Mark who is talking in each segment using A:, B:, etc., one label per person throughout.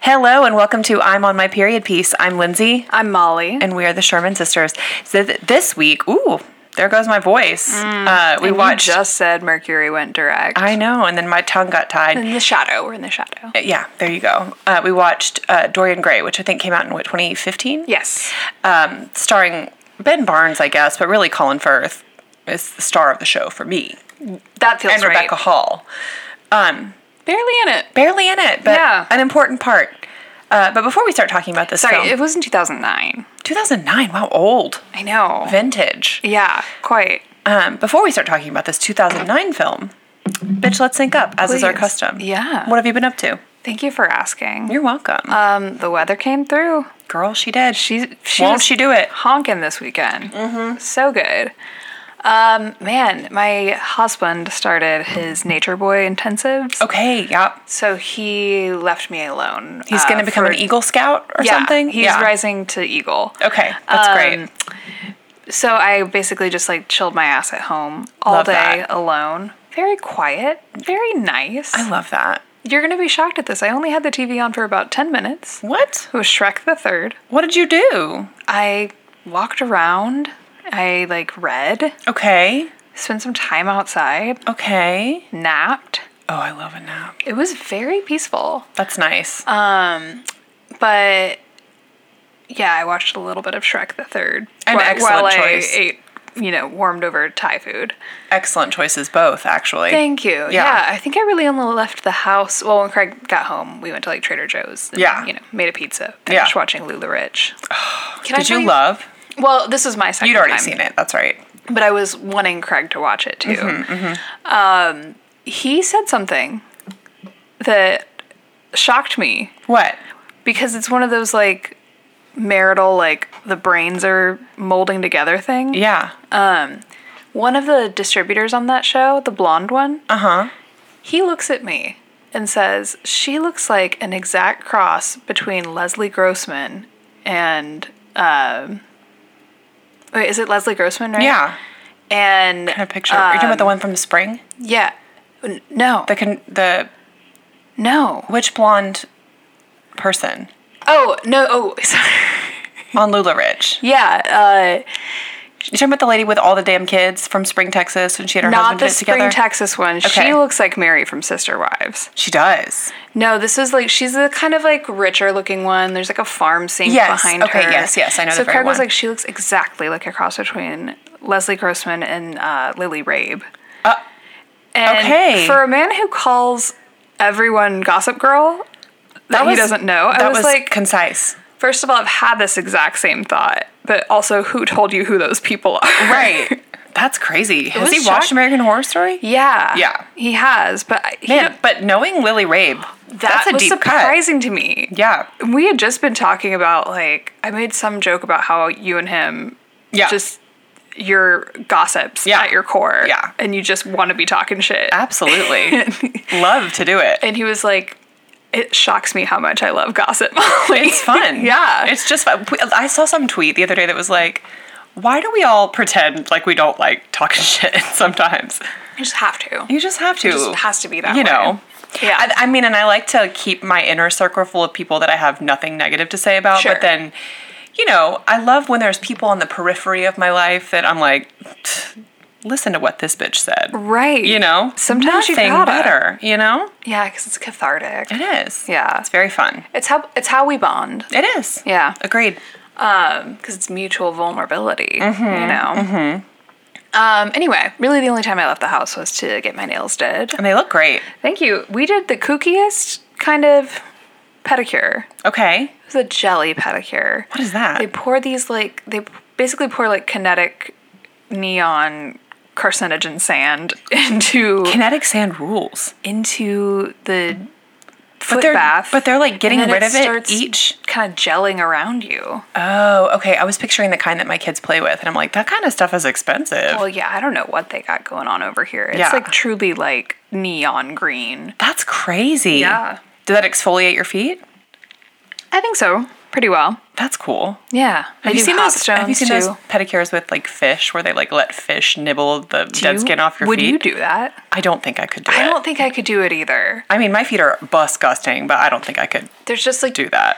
A: Hello and welcome to I'm on my period piece. I'm Lindsay
B: I'm Molly.
A: and we are the Sherman sisters. So th- this week, ooh, there goes my voice. uh, we
B: we
A: watched.
B: Mm, just said Mercury went direct.
A: I know, and then my tongue got tied.
B: in the shadow. We're in the shadow.
A: yeah, there you go. Uh, we watched uh, Dorian Gray, which I think came out in what 2015.
B: Yes.
A: um, starring Ben Barnes, I guess, but really Colin Firth is the star of the show for me,
B: That feels
A: and
B: right.
A: Rebecca Hall.
B: Barely in it.
A: Barely in it, but
B: Yeah.
A: an important part. Uh, but before we start talking about this
B: Sorry,
A: film,
B: it was in 2009.
A: 2009. Wow, old,
B: I know.
A: vintage.
B: yeah, quite.
A: Um, before we start talking about this 2009 film, bitch, let's sync up, as is our
B: Please.
A: custom.
B: Yeah.
A: What have you been up to?
B: Thank you for asking.
A: You're welcome.
B: Um, the weather came through.
A: Girl, she did.
B: She's she
A: Won't
B: was
A: she do it?
B: honking this weekend. Mm-hmm. So good. Um, man, my husband started his Nature Boy intensives.
A: Okay, yeah.
B: So he left me alone.
A: He's
B: uh,
A: going to become
B: for-
A: an Eagle Scout or
B: yeah,
A: something?
B: He's
A: yeah.
B: rising to eagle.
A: Okay, that's great.
B: Um, So I basically just like chilled my ass at home all
A: Love
B: day
A: that.
B: alone. Very quiet, very nice.
A: I love that.
B: You're gonna be shocked at this. I only had the TV on for about ten minutes.
A: What?
B: It was Shrek the Third.
A: What did you do?
B: I walked around. I like read,
A: Okay,
B: spent some time outside,
A: okay.
B: napped.
A: Oh, I love a nap.
B: It was very peaceful.
A: That's nice.
B: Uh, But yeah, I watched a little bit of Shrek the Third.
A: An
B: whi-
A: excellent
B: while
A: choice.
B: I ate, you know, warmed over Thai food.
A: Excellent choices, both, actually.
B: Thank you. Yeah.
A: Yeah.
B: I think I really only left the house. Well, when Craig got home, we went to like Trader Joe's. and,
A: Yeah.
B: You know, made a pizza. Finished
A: Yeah.
B: watching Lula Rich. Can
A: did
B: tell
A: you love?
B: Well, this is my 2nd
A: You'd already
B: time,
A: seen it. That's right.
B: but I was wanting Craig to watch it too.
A: Mm-hmm,
B: Um, he said something that shocked me
A: What?
B: because it's one of those like marital like the brains are molding together thing.
A: Yeah.
B: One of the distributors on that show, the blonde one,
A: Uh huh.
B: He looks at me and says, She looks like an exact cross between Leslie Grossman and. Um, wait, is it Leslie Grossman, right?
A: Yeah.
B: And.
A: A picture. Are you talking about
B: Um,
A: the one from the spring?
B: Yeah. N- No.
A: The con- the
B: no.
A: which blonde person
B: Oh, no. Oh, sorry.
A: on Lula Ridge?
B: Yeah. Uh,
A: You talking about the lady with all the damn kids from Spring, Texas, when she and her
B: not
A: husband
B: the
A: did it
B: Spring,
A: together?
B: Texas one.
A: Okay.
B: She looks like Mary from Sister Wives.
A: she does.
B: No, this is like she's the kind of like richer looking one. There's like a farm sink
A: Yes,
B: behind
A: okay,
B: her.
A: yes, yes, I know the
B: So
A: very
B: Craig was
A: one.
B: like, she looks exactly like a cross between Leslie Grossman and uh, Lily Rabe.
A: Uh,
B: and
A: okay.
B: For a man who calls everyone Gossip Girl that, he
A: was-
B: doesn't know, I
A: that
B: was,
A: was
B: like,
A: concise.
B: first of all, I've had this exact same thought, but also, who told you who those people are?
A: Right. That's crazy. Has he
B: was
A: watched
B: shock-
A: American Horror Story?
B: Yeah.
A: Yeah.
B: He has, but I- he
A: Man,
B: don't-
A: but knowing Lily Rabe,
B: that
A: that's a
B: was
A: deep cut.
B: surprising to me.
A: Yeah.
B: we had just been talking about like I made some joke about how you and him
A: Yeah.
B: just your gossips
A: Yeah.
B: at your core.
A: Yeah.
B: And you just want to be talking shit.
A: Absolutely. Love to do it.
B: And he was like, It shocks me how much I love gossip.
A: It's fun.
B: yeah.
A: It's just fun. We- I saw some tweet the other day that was like, why do we all pretend like we don't like talking shit sometimes?
B: you just have to.
A: You just have to.
B: just has to be that
A: You
B: way.
A: know.
B: Yeah.
A: I, I mean, and I like to keep my inner circle full of people that I have nothing negative to say about.
B: Sure.
A: But then, you know, I love when there's people on the periphery of my life that I'm like, "Tch, listen to what this bitch said.
B: right.
A: You know.
B: Sometimes you
A: Nothing
B: gotta.
A: better. You know.
B: Yeah, because it's cathartic.
A: It is.
B: Yeah.
A: It's very Uh, fun.
B: It's how it's how we bond.
A: It is.
B: Yeah.
A: Agreed.
B: because it's mutual vulnerability,
A: Mm-hmm.
B: you know. Um, anyway, really the only time I left the house was to get my nails did.
A: And they look great.
B: Thank you. We did the kookiest kind of pedicure.
A: Okay.
B: It was a jelly pedicure.
A: What is that?
B: They pour these like they basically pour like kinetic neon carcinogen sand into
A: Kinetic sand rules.
B: into the foot
A: But they're
B: bath.
A: but they're like getting
B: then
A: rid
B: it
A: of it
B: starts-
A: each.
B: kind of gelling around you.
A: Oh, okay. I was picturing the kind that my kids play with, and I'm like, that kind of stuff is expensive.
B: Well, Oh, yeah, I don't know what they got going on over here. It's
A: Yeah.
B: like truly like neon green.
A: That's crazy.
B: Yeah.
A: Did that exfoliate your feet?
B: I think so. pretty well.
A: That's cool.
B: Yeah. I
A: Have
B: do
A: you seen those?
B: hopstones,
A: Have you seen
B: too.
A: those pedicures with like fish, where they like let fish nibble the
B: Do
A: dead
B: you-
A: skin off your
B: would
A: feet?
B: you do that?
A: I don't think I could do
B: I
A: it.
B: don't think I could do it either.
A: I mean, my feet are disgusting, but I don't think I could
B: There's just like
A: do that.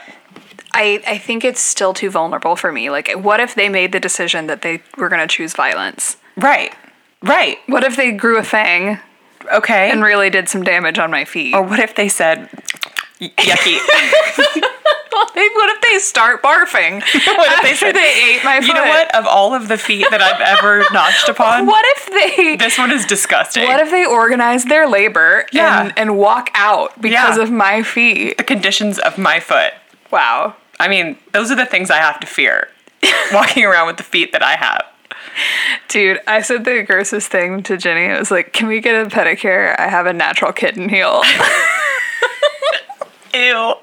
B: I, I think it's still too vulnerable for me. Like, what if they made the decision that they were going to choose violence?
A: Right. Right.
B: What if they grew a fang
A: Okay.
B: and really did some damage on my feet?
A: or what if they said, "Y- yucky?
B: They- what if they start barfing
A: What if they
B: after
A: said-
B: they ate my foot?
A: you know what? Of all of the feet that I've ever notched upon,
B: What if they?
A: this one is disgusting.
B: What if they organize their labor
A: Yeah.
B: and, and walk out because
A: Yeah.
B: of my feet?
A: the conditions of my foot?
B: Wow.
A: I mean, those are the things I have to fear walking around with the feet that I have.
B: Dude, I said the grossest thing to Jenny. It was like, can we get a pedicure? I have a natural kitten heel. Isn't
A: Ew.
B: that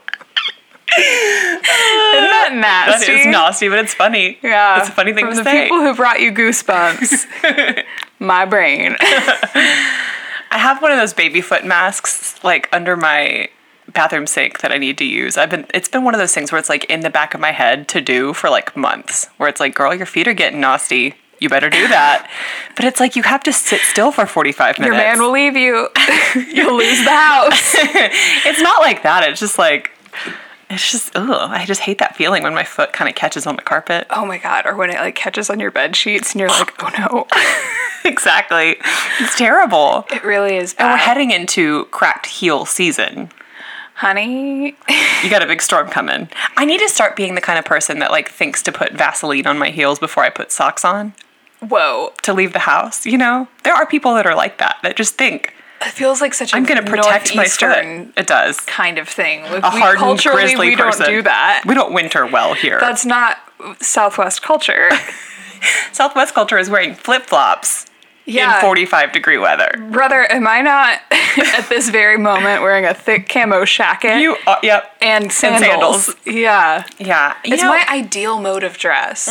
A: That
B: nasty?
A: is nasty, but it's funny.
B: Yeah.
A: It's a funny thing
B: From
A: to
B: the
A: say.
B: people who brought you goosebumps. my brain.
A: I have one of those baby foot masks like under my bathroom sink that I need to use. I've been it's been one of those things where it's like in the back of my head to do for like months where it's like girl your feet are getting nasty. You better do that. but it's like you have to sit still for 45 minutes.
B: Your man will leave you. You'll lose the house.
A: it's not like that. It's just like it's just ugh, I just hate that feeling when my foot kind of catches on the carpet.
B: Oh my god, or when it like catches on your bed sheets and you're like, oh no.
A: exactly. It's terrible.
B: It really is
A: We're
B: bad.
A: heading into cracked heel season.
B: Honey,
A: You got a big storm coming. I need to start being the kind of person that like thinks to put Vaseline on my heels before I put socks on
B: whoa.
A: to leave the house. You know, there are people that are like that that just think
B: It feels like such a
A: I'm going to protect my
B: Northeastern
A: foot. It does.
B: kind of thing. Like,
A: A
B: we
A: hardened,
B: culturally
A: grizzly
B: we
A: person.
B: don't do that.
A: We don't winter well here.
B: That's not Southwest culture.
A: Southwest culture is wearing flip flops
B: Yeah.
A: in 45 degree weather.
B: Brother, am I not at this very moment wearing a thick camo jacket
A: You are, yep.
B: and, sandals.
A: sandals.
B: Yeah.
A: Yeah. You
B: It's
A: know, Mm-hmm.
B: my ideal mode of dress.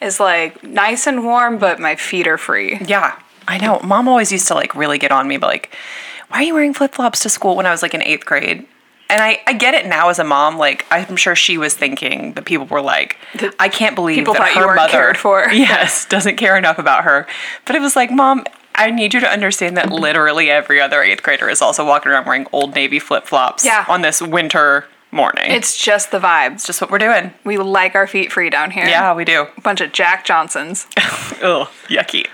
B: Is like nice and warm, but my feet are free.
A: Yeah, I know. Mom always used to like really get on me, but like, why are you wearing flip flops to school when I was like in eighth grade? And I, I get it now as a mom. Like, I'm sure she was thinking that people were like, I can't believe
B: people
A: that
B: thought you
A: her
B: weren't
A: mother
B: cared for.
A: Yes, doesn't care enough about her. But it was like, Mom, I need you to understand that literally every other eighth grader is also walking around wearing old navy flip flops
B: Yeah.
A: on this winter morning. It's
B: It's just the vibes.
A: just what we're doing.
B: We like our feet free down here.
A: Yeah, we do.
B: Bunch of Jack Johnsons.
A: Ugh, yucky.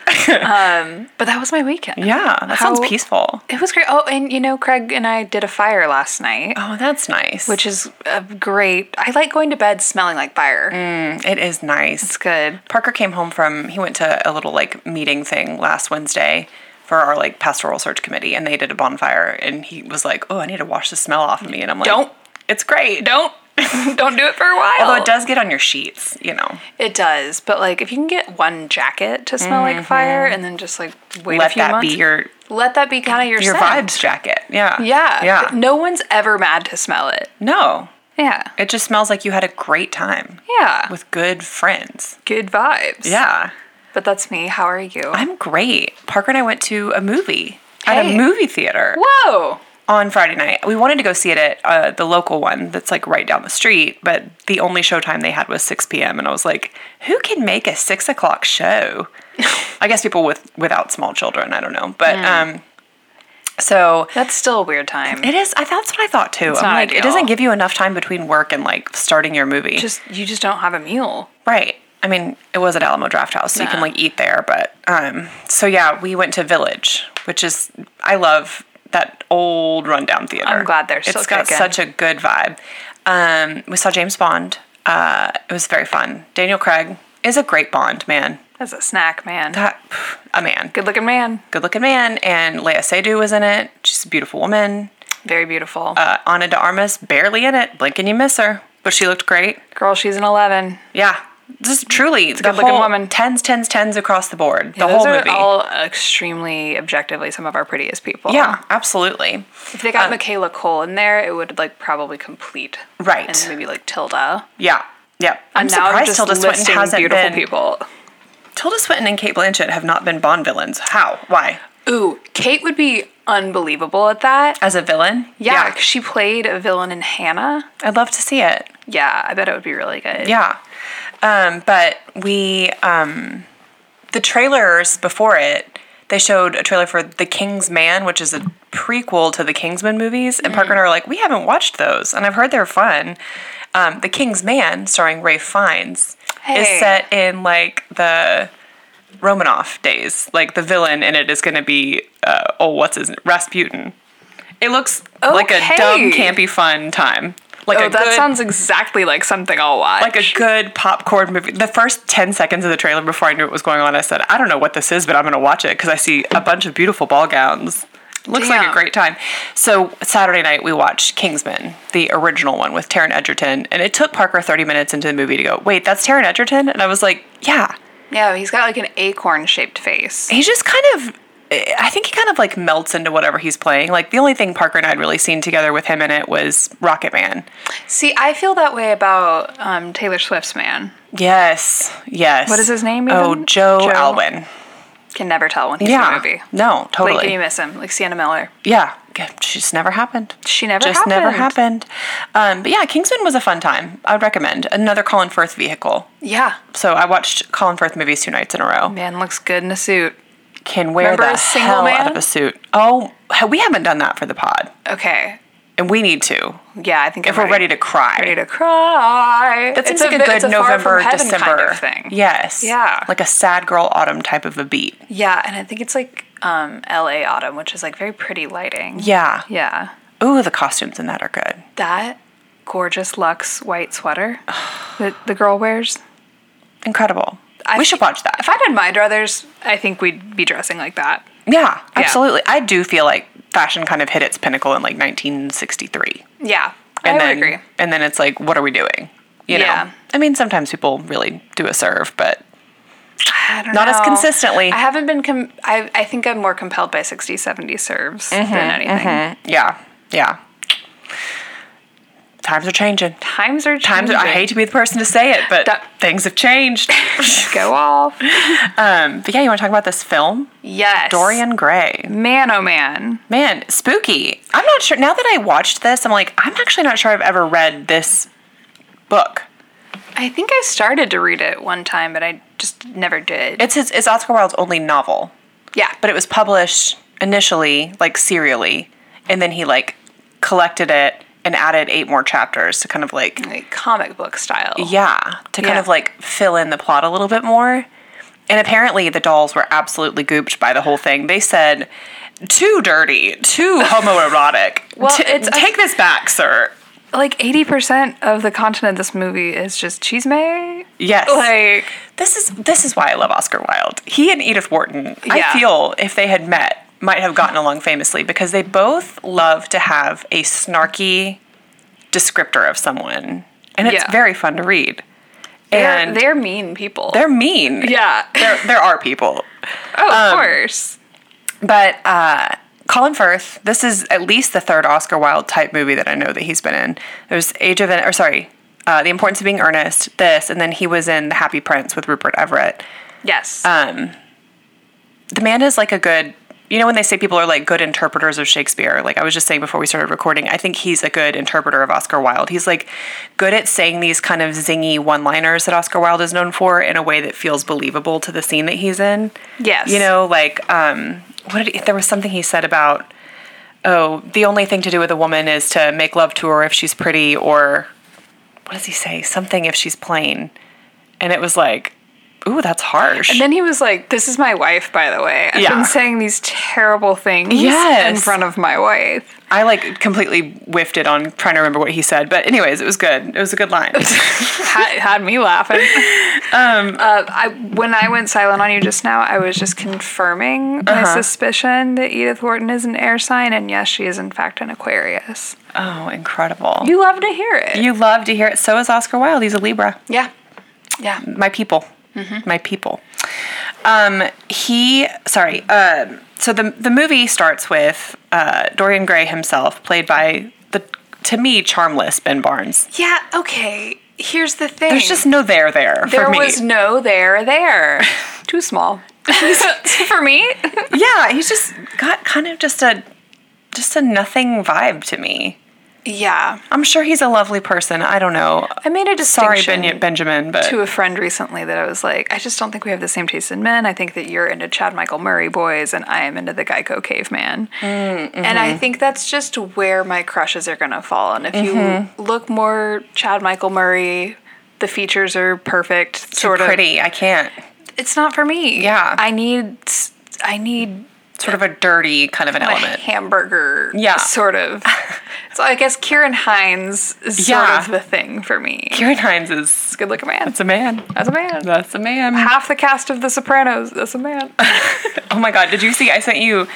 B: But that was my weekend.
A: yeah, that sounds
B: How-
A: peaceful.
B: It was great. Oh, and you know, Craig and I did a fire last night,
A: Oh, that's nice.
B: which is a great. I like going to bed smelling like fire.
A: Mm. it is nice.
B: It's good.
A: Parker came home from he went to a little like meeting thing last Wednesday for our like pastoral search committee and they did a bonfire and he was like, "Oh, I need to wash the smell off of me." And I'm like,
B: Don't.
A: It's great."
B: Don't don't do it for a while.
A: Although it does get on your sheets, you know.
B: It does, but like if you can get one jacket to smell like fire, and then just like wait
A: Mm-hmm.
B: a
A: Let
B: few
A: that
B: months,
A: be your
B: let that be kind of your
A: your
B: scent.
A: vibes jacket. Yeah.
B: Yeah,
A: Yeah. No.
B: No one's ever mad to smell it. Yeah,
A: It just smells like you had a great time
B: yeah.
A: with good friends.
B: good vibes.
A: Yeah.
B: but that's me. How are you?
A: I'm great. Parker and I went to a movie at
B: Hey.
A: a movie theater.
B: Whoa.
A: on Friday night. We wanted to go see it at uh, the local one that's like right down the street, but the only showtime they had was 6 p.m. And I was like, who can make a six o'clock show? I guess people with without small children. I don't know, but um, so
B: That's still a weird time.
A: it is. I that's what I thought too. I'm
B: not
A: like,
B: ideal.
A: it doesn't give you enough time between work and like starting your movie,
B: just you just don't have a meal.
A: right? I mean, it was at Alamo Draft House, so you can like eat there. But um, so yeah, we went to Village, which is I love that old rundown theater.
B: I'm glad they're still
A: It's got
B: kicking.
A: such a good vibe. Um, we saw James Bond. Uh, it was very fun. Daniel Craig is a great Bond man.
B: That's a snack, man.
A: That- pff, a man,
B: Good looking man.
A: good looking man, and Leia Seydoux was in it. She's a beautiful woman.
B: Very beautiful.
A: Uh, Ana de Armas barely in it. Blink and you miss her, but she looked great.
B: Girl, she's an 11.
A: Yeah, just truly it's a
B: good-looking woman.
A: Tens, tens, tens across the board. the
B: Those
A: whole
B: are
A: movie.
B: all extremely objectively some of our prettiest people.
A: yeah, absolutely.
B: If they got Michaela Cole in there, it would like probably complete.
A: Right.
B: And maybe like Tilda.
A: Yeah, yeah. I'm
B: And now
A: surprised
B: just
A: Tilda Swinton
B: listing
A: hasn't
B: beautiful
A: been.
B: people.
A: Tilda Swinton and Kate Blanchett have not been Bond villains. How? Why?
B: Ooh, Kate would be unbelievable at that.
A: As a villain?
B: Yeah, 'cause she played a villain in Hannah.
A: I'd love to see it.
B: Yeah, I bet it would be really good.
A: Yeah. Um, but we, um, the trailers before it, they showed a trailer for The King's Man, which is a prequel to the Kingsman movies. And Parker and I were like, we haven't watched those. And I've heard they're fun. Um, the King's Man, starring Ray Fiennes,
B: Hey.
A: is set in like the Romanoff days. Like the villain in it is going to be, uh, oh, what's his Rasputin. It looks like a dumb,
B: Okay.
A: campy, fun time. Like
B: Oh,
A: a
B: that
A: good,
B: sounds exactly like something I'll watch.
A: like a good popcorn movie. The first 10 seconds of the trailer before I knew what was going on, I said, I don't know what this is, but I'm going to watch it because I see a bunch of beautiful ball gowns. Looks like a
B: Damn.
A: great time. So, Saturday night, we watched Kingsman, the original one with Taryn Edgerton. And it took Parker 30 minutes into the movie to go, Wait, that's Taryn Edgerton? And I was like, Yeah.
B: yeah, he's got like an acorn shaped face.
A: He's just kind of. eh, I think he kind of like melts into whatever he's playing. Like the only thing Parker and I had really seen together with him in it was Rocket Man.
B: See, I feel that way about um, Taylor Swift's man.
A: Yes, yes.
B: What is his name
A: Oh,
B: even?
A: Joe,
B: Joe.
A: Alwyn.
B: Can never tell when he's
A: yeah.
B: in a movie.
A: No, totally.
B: Like, can you miss him? Like Sienna Miller.
A: Yeah, g- just never happened.
B: She never
A: just never
B: happened.
A: happened. Um, but yeah, Kingsman was a fun time. I would recommend another Colin Firth vehicle.
B: Yeah.
A: So I watched Colin Firth movies two nights in a row.
B: Man looks good in a suit.
A: Can wear
B: Remember
A: the
B: a single
A: hell
B: man?
A: out of a suit. Oh, ha- we haven't done that for the pod,
B: Okay.
A: and we need to
B: Yeah, I think
A: if we're ready to cry.
B: ready to cry.
A: that seems
B: It's
A: like a,
B: bit-
A: good
B: it's far
A: November,
B: from heaven
A: December
B: kind of thing.
A: Yes.
B: Yeah.
A: Like a sad girl autumn type of a beat.
B: Yeah, and I think it's like um, L.A. autumn, which is like very pretty lighting.
A: Yeah.
B: Yeah.
A: Ooh, the costumes in that are good.
B: That gorgeous luxe white sweater that the girl wears.
A: Incredible. we should watch that.
B: If I did my druthers, I think we'd be dressing like that.
A: Yeah, absolutely. I do feel like fashion kind of hit its pinnacle in like 1963.
B: Yeah,
A: And
B: I
A: then,
B: would agree.
A: And then it's like, what are we doing? You
B: Yeah.
A: know? I mean, sometimes people really do a serve, but
B: I don't
A: Not as
B: know.
A: consistently.
B: I haven't been. Com- I I think I'm more compelled by 60, 70 serves
A: Mm-hmm,
B: than anything.
A: yeah, yeah. Times are changing.
B: Times are
A: Times. Are, I hate to be the person to say it, but
B: Da-
A: things have changed.
B: go off.
A: but yeah, you want to talk about this film,
B: Yes,
A: Dorian Gray?
B: Man, oh man.
A: Man, spooky. I'm not sure. Now that I watched this, I'm like, I'm actually not sure I've ever read this book.
B: I think I started to read it one time, but I just never did.
A: It's his, it's Oscar Wilde's only novel,
B: yeah,
A: but it was published initially like serially, and then he like collected it and added eight more chapters to kind of like
B: like comic book style.
A: yeah to kind
B: Yeah.
A: of like fill in the plot a little bit more. And apparently the dolls were absolutely gooped by the whole thing. They said too dirty, too homoerotic.
B: Well,
A: T-
B: it's a-
A: take this back, sir.
B: Like eighty percent of the content of this movie is just cheese may.
A: Yes.
B: Like
A: This is this is why I love Oscar Wilde. He and Edith Wharton,
B: Yeah.
A: I feel if they had met, might have gotten along famously because they both love to have a snarky descriptor of someone. And it's
B: Yeah.
A: very fun to read.
B: they're,
A: and they're,
B: they're mean people.
A: mean.
B: yeah.
A: There there are people.
B: oh, of course.
A: But uh Colin Firth, this is at least the third Oscar Wilde type movie that I know that he's been in. There's Age of or sorry, uh, The Importance of Being Earnest, this, and then he was in The Happy Prince with Rupert Everett.
B: Yes.
A: the man is like a good you know when they say people are like good interpreters of Shakespeare, like I was just saying before we started recording, I think he's a good interpreter of Oscar Wilde. He's like good at saying these kind of zingy one-liners that Oscar Wilde is known for in a way that feels believable to the scene that he's in.
B: Yes.
A: You know, like um what did he, there was something he said about oh, the only thing to do with a woman is to make love to her if she's pretty or what does he say? Something if she's plain. And it was like, ooh, that's harsh.
B: And then he was like, This is my wife, by the way. I've
A: Yeah.
B: been saying these terrible things in
A: Yes.
B: front of my wife.
A: I like completely whiffed it on trying to remember what he said, but anyways, it was good. It was a good line.
B: Had, had me laughing. Um, I, when I went silent on you just now, I was just confirming my suspicion that Edith Wharton is an air sign. And yes, she is, in fact, an Aquarius.
A: oh, incredible! You,
B: You love to hear it.
A: love to hear it. So is Oscar Wilde. He's a Libra.
B: yeah. Yeah.
A: My people.
B: Mm-hmm.
A: My people. Um, he. Sorry. Um, so the the movie starts with uh, Dorian Gray himself, played by the to me charmless Ben Barnes.
B: Yeah. Okay. Here's the thing
A: There's just no there there,
B: there
A: for me.
B: was no there there. Too small. For me?
A: yeah, he's just got kind of just a just a nothing vibe to me.
B: Yeah.
A: I'm sure he's a lovely person. I don't know.
B: I made a
A: Sorry,
B: distinction
A: ben- Benjamin, but
B: to a friend recently that I was like, I just don't think we have the same taste in men. I think that you're into Chad Michael Murray boys and I am into the Geico caveman.
A: Mm,
B: And
A: mm-hmm.
B: I think that's just where my crushes are going to fall. And if
A: Mm-hmm.
B: you look more Chad Michael Murray, the features are perfect. sort of.
A: pretty. I can't.
B: It's not for me.
A: Yeah.
B: I need, s- I need
A: Sort of a dirty kind of an
B: a
A: element.
B: hamburger.
A: Yeah.
B: Sort of. so I guess Kieran Hines is
A: Yeah.
B: sort of the thing for me.
A: Kieran Hines is
B: Good looking man.
A: that's a man.
B: That's a man.
A: That's a man.
B: half the cast of The Sopranos. That's a man.
A: Oh my god, did you see? I sent you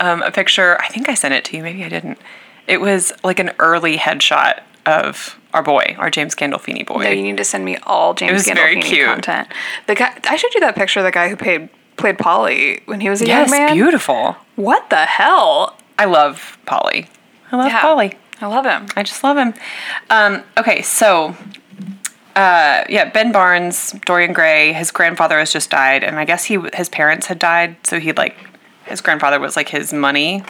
A: um, a picture. I think I sent it to you. Maybe I didn't. It was like an early headshot of our boy, our James Gandolfini boy.
B: No, you need to send me all James
A: was
B: Gandolfini
A: very cute.
B: content. The guy, I showed you that picture of the guy who played played Polly when he was a
A: yes,
B: young man.
A: beautiful.
B: What the hell?
A: I love Polly. I love
B: Yeah.
A: Polly.
B: I love him.
A: I just love him. Um, okay, so uh, yeah, Ben Barnes, Dorian Gray, his grandfather has just died, and I guess he his parents had died, so he like his grandfather was like his money,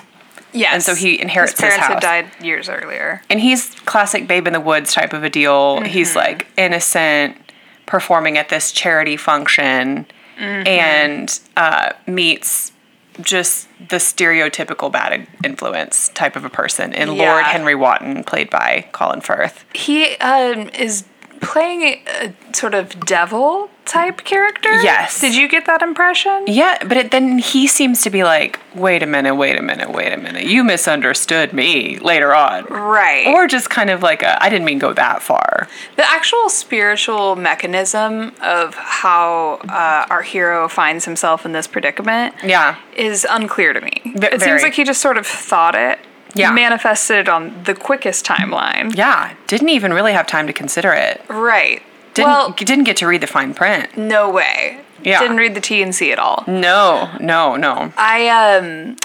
B: Yes.
A: so he inherits
B: his
A: his
B: parents
A: house.
B: had died years earlier.
A: and he's classic Babe in the Woods type of a deal. He's like innocent, performing at this charity function, and uh, meets just the stereotypical bad influence type of a person in Lord
B: Yeah.
A: Henry Wotton, played by Colin Firth.
B: He um, is playing a, a sort of devil type character.
A: Yes.
B: Did you get that impression?
A: Yeah, but it, then he seems to be like, wait a minute, wait a minute, wait a minute. You misunderstood me later on.
B: Right.
A: Or just kind of like, a, I didn't mean go that far.
B: The actual spiritual mechanism of how uh, our hero finds himself in this predicament
A: Yeah.
B: is unclear to me. it
A: very.
B: seems like he just sort of thought it,
A: Yeah.
B: manifested it on the quickest timeline.
A: Yeah. Didn't even really have time to consider it.
B: Right.
A: Didn't,
B: well,
A: didn't get to read the fine print.
B: no way.
A: Yeah. Mm.
B: Didn't read the TNC at all.
A: No, no, no.
B: I, um,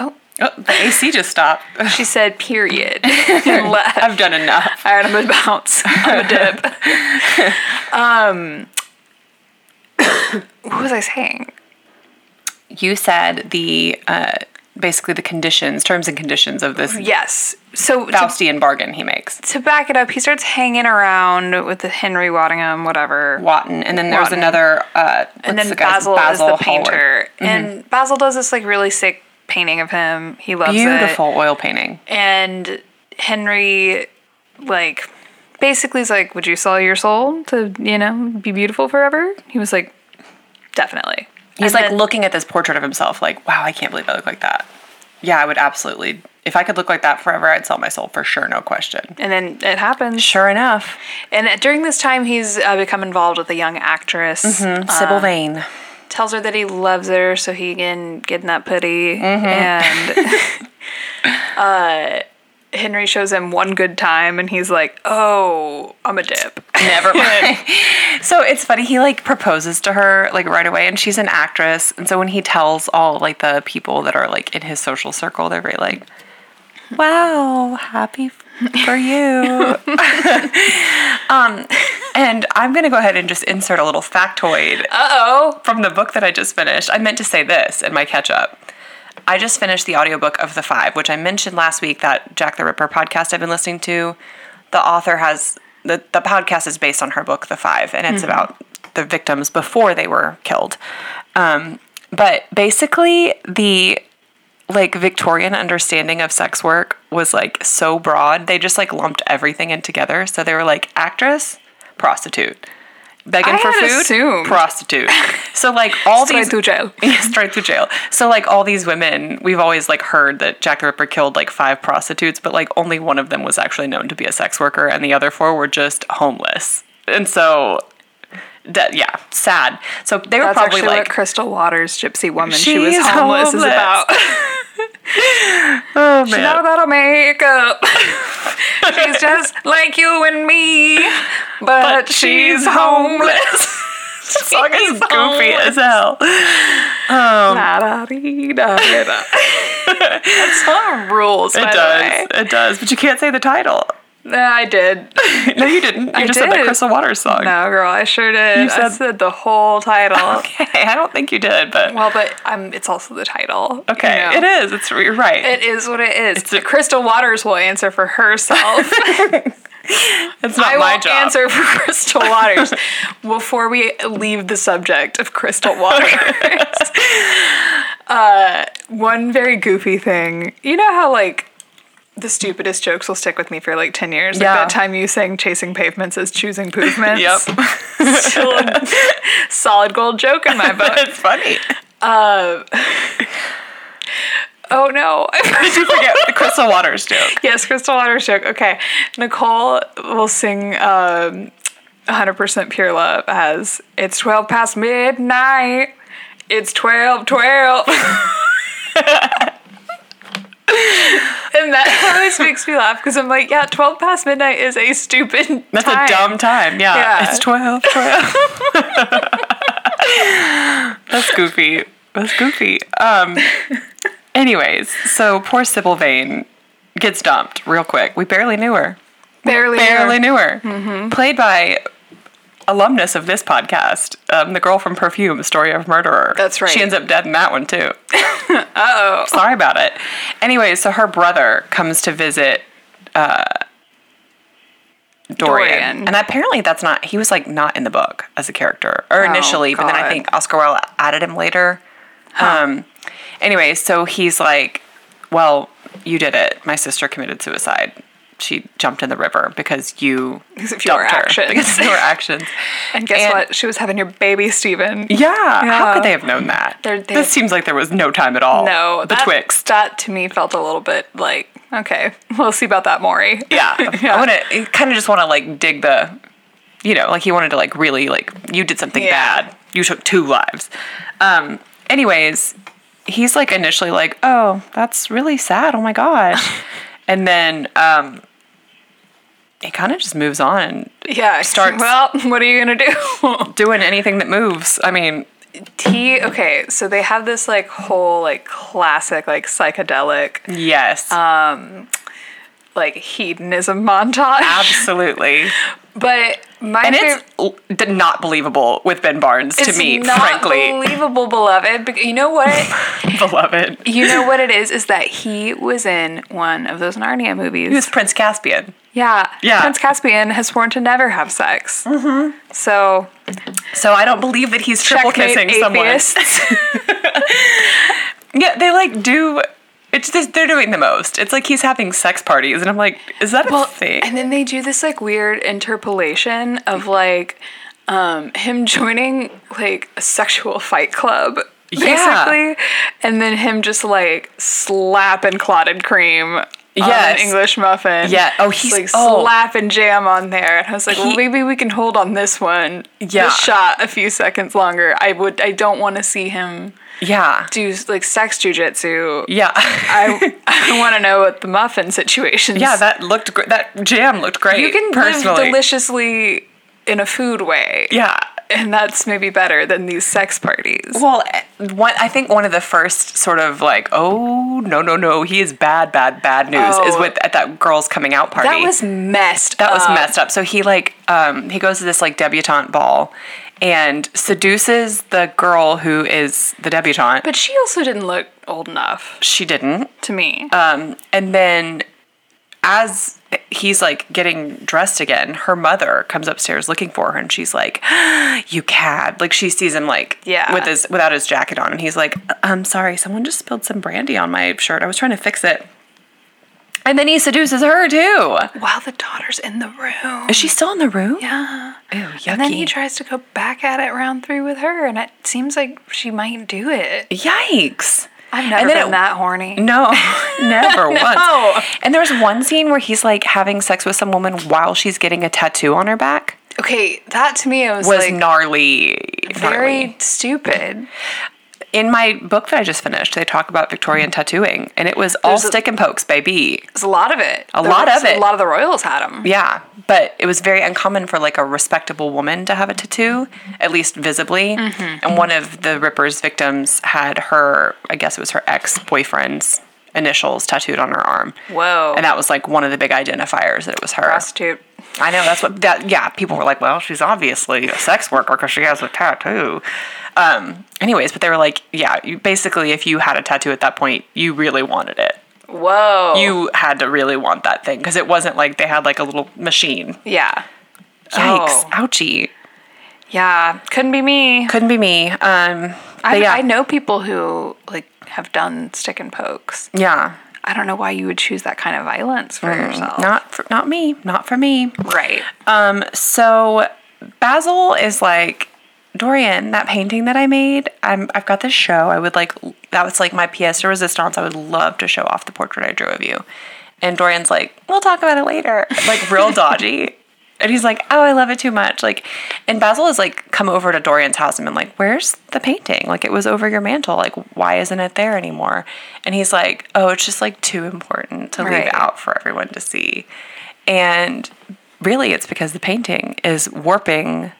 A: Oh, the AC just stopped.
B: she said, period. and left.
A: I've done enough.
B: All right, I'm gonna bounce. I'm a dip. um, what was I saying?
A: You said the uh, basically the conditions, terms and conditions of this
B: Yes. So to
A: Faustian bargain he makes.
B: to back it up, he starts hanging around with the Henry Waddingham, whatever.
A: Watton, and then there was
B: Watton.
A: another. Uh,
B: and
A: what's
B: then
A: the guy's- Mm-hmm.
B: Basil, is the
A: Hallward.
B: painter. And Basil does this like really sick painting of him. He loves
A: Beautiful oil painting.
B: it. And Henry like basically is like, Would you sell your soul to, you know, be beautiful forever? He was like, Definitely.
A: He's
B: And
A: like
B: then-
A: looking at this portrait of himself, like, wow, I can't believe I look like that. Yeah, I would absolutely. If I could look like that forever, I'd sell my soul for sure, no question.
B: and then it happens.
A: Sure enough,
B: And at- during this time, he's uh, become involved with a young actress.
A: Sybil Vane.
B: Tells her that he loves her, so he can get in that putty. And uh,
A: Mm-hmm.
B: Henry shows him one good time, and he's like, "Oh, I'm a dip."
A: Never mind. so it's funny. He like proposes to her like right away, and she's an actress. And so when he tells all like the people that are like in his social circle, they're very like, "Wow, happy f- for you." um, and I'm gonna go ahead and just insert a little factoid
B: Uh oh.
A: from the book that I just finished, I meant to say this in my catch up. I just finished the audiobook of The Five, which I mentioned last week, that Jack the Ripper podcast I've been listening to. The author has, the, the podcast is based on her book, The Five, and
B: Hmm.
A: it's about the victims before they were killed. Um, but basically, the like Victorian understanding of sex work was like so broad. They just like lumped everything in together. So they were like actress, prostitute, begging
B: I
A: for
B: had
A: food,
B: assumed.
A: prostitute. So like all
B: Straight
A: these
B: to jail.
A: Yeah, straight to jail. So like all these women, we've always like heard that Jack the Ripper killed like five prostitutes, but like only one of them was actually known to be a sex worker, and the other four were just homeless. And so. That, yeah, sad. So they were
B: That's
A: probably
B: actually
A: like
B: what Crystal Waters, Gypsy Woman, she was
A: She's
B: homeless, is
A: homeless.
B: about.
A: oh
B: She's not about her makeup. she's just like you and me, but, she's homeless.
A: this song is
B: She's
A: goofy
B: homeless.
A: as hell.
B: that song rules.
A: It
B: By the way.
A: does. It does. But you can't say the title.
B: Nah, I did.
A: no, you didn't. You
B: I
A: just said the
B: did.
A: Crystal Waters song.
B: No, girl, I sure did.
A: You
B: I
A: said-
B: said the whole title.
A: Okay, I don't think you did, but
B: Well, but um, it's also the title. you
A: okay,
B: know.
A: it is. It's you're right.
B: It is what it is.
A: a-
B: Crystal Waters will answer for herself.
A: it's not my
B: I won't
A: job.
B: answer for Crystal Waters before we leave the subject of Crystal Waters. uh, one very goofy thing. You know how, like, the stupidest jokes will stick with me for like 10 years?
A: Yeah.
B: Like that time you sang Chasing Pavements is Choosing Pavements.
A: Yep,
B: Still a solid gold joke in my book.
A: it's funny.
B: Oh no.
A: Did you forget the Crystal Waters joke?
B: Yes, Crystal Waters joke. Okay. Nicole will sing um, 100% Pure Love as It's 12 past midnight. It's 12, 12. and that always makes me laugh because I'm like, yeah, 12 past midnight is a stupid
A: That's
B: time.
A: a dumb time. Yeah,
B: Yeah.
A: it's 12, 12. That's goofy. That's goofy. Um, anyways, so poor Sybil Vane gets dumped real quick. We barely knew her.
B: Barely.
A: barely knew her.
B: Mm-hmm.
A: Played by alumnus of this podcast, um, the girl from Perfume, The Story of Murderer.
B: That's right.
A: She ends up dead in that one too. uh oh. Sorry about it. Anyway, so her brother comes to visit uh, Dorian.
B: Dorian.
A: and apparently that's not. He was like not in the book as a character, or initially, but then I
B: Oh, God.
A: think Oscar Wilde added him later. Um. Anyway, so he's like, "Well, you did it. My sister committed suicide. She jumped in the river because you
B: Because of your
A: dumped her.
B: actions.
A: Because of your actions.
B: And guess
A: And-
B: what? She was having your baby, Steven.
A: Yeah, How
B: Yeah.
A: could they have known that?
B: They're- they-
A: this seems like there was no time at all.
B: No, that-
A: betwixt.
B: That to me felt a little bit like, okay, we'll see about that, Maury.
A: yeah.
B: Yeah.
A: I want to kind of just want to like dig the, you know, like he wanted to like really like you did something
B: Yeah.
A: bad. You took two lives. Um. Anyways, he's like initially like, oh, that's really sad. Oh my god. and then um, he kind of just moves on,
B: Yeah,
A: starts-
B: Well, what are you gonna do?
A: doing anything that moves. I mean,
B: he okay. So they have this like whole like classic like psychedelic
A: yes,
B: Uh, like hedonism montage.
A: absolutely.
B: But my
A: And
B: favorite.
A: it's l- d- not believable with Ben Barnes to
B: it's
A: me,
B: not
A: frankly,
B: believable, beloved. But you know what?
A: beloved. He
B: You know what it is? Is that he was in one of those Narnia movies?
A: was Prince Caspian.
B: yeah.
A: Yeah.
B: Prince Caspian has sworn to never have sex. Mm-hmm. So
A: So I don't believe that he's triple
B: checkmate,
A: kissing someone.
B: atheists.
A: Yeah, they like do. It's just they're doing the most. It's like he's having sex parties, and I'm like, is that a
B: Well,
A: thing?
B: and then they do this like weird interpolation of like um, him joining like a sexual fight club.
A: Yeah.
B: Basically, and then him just like slapping clotted cream on an
A: Yes.
B: English muffin.
A: Yeah. Oh,
B: Just,
A: he's-
B: like
A: oh.
B: slapping jam on there. And I was like, well, maybe we can hold on this one,
A: Yeah.
B: this shot a few seconds longer. I would, I don't want to see him
A: yeah,
B: do like sex jujitsu.
A: yeah,
B: I, I want to know what the muffin situation.
A: yeah. That looked gr- that jam looked great.
B: you can
A: personally.
B: live deliciously in a food way.
A: yeah,
B: And that's maybe better than these sex parties.
A: Well, eh, one I think one of the first sort of like, oh no no no, he is bad bad bad news is
B: Oh.
A: with at that girl's coming out party.
B: That was uh, messed
A: that was
B: up.
A: messed up. So he like um he goes to this like debutante ball and seduces the girl who is the debutante.
B: But she also didn't look old enough
A: she didn't.
B: to me.
A: Um and then as he's like getting dressed again, her mother comes upstairs looking for her and she's like, You cad. Like she sees him like
B: Yeah.
A: with his without his jacket on and he's like, I'm sorry, someone just spilled some brandy on my shirt. I was trying to fix it. And then he seduces her too.
B: While the daughter's in the room.
A: Is she still in the room?
B: Yeah.
A: Ew, yucky.
B: And then he tries to go back at it round three with her, and it seems like she might do it.
A: Yikes.
B: I've never
A: And then
B: been
A: it-
B: that horny.
A: No, never
B: No.
A: once. And there was one scene where he's like having sex with some woman while she's getting a tattoo on her back.
B: Okay, that to me was,
A: Was
B: like
A: gnarly.
B: very
A: gnarly.
B: stupid.
A: in my book that I just finished, they talk about Victorian tattooing, and it was all
B: There's a-
A: stick and pokes, baby.
B: There's a lot of it. A
A: lot of it.
B: A lot of the royals had them.
A: Yeah, but it was very uncommon for like a respectable woman to have a tattoo, at least visibly.
B: Mm-hmm.
A: And one of the Ripper's victims had her, I guess it was her ex boyfriend's initials tattooed on her arm.
B: Whoa.
A: And that was like one of the big identifiers that it was her.
B: prostitute.
A: I know that's what that yeah people were like well she's obviously a sex worker because she has a tattoo. Um anyways, but they were like yeah, you, basically if you had a tattoo at that point, you really wanted it.
B: Whoa.
A: You had to really want that thing because it wasn't like they had like a little machine.
B: Yeah.
A: Yikes.
B: Oh.
A: Ouchie.
B: Yeah. Couldn't be me.
A: Couldn't be me. Um
B: I,
A: but yeah.
B: I know people who like have done stick and pokes.
A: yeah.
B: I don't know why you would choose that kind of violence for
A: Mm,
B: yourself.
A: Not for, not me, not for me.
B: right.
A: Um, so Basil is like, Dorian, that painting that I made, I'm, I've got this show. I would like, that was like my pièce de resistance. I would love to show off the portrait I drew of you. And Dorian's like, we'll talk about it later. Like, real dodgy. And he's like, oh, I love it too much. Like, and Basil has like come over to Dorian's house and been like, where's the painting? Like, it was over your mantle. Like, why isn't it there anymore? And he's like, oh, it's just like too important to leave
B: Right.
A: out for everyone to see. And really, it's because the painting is warping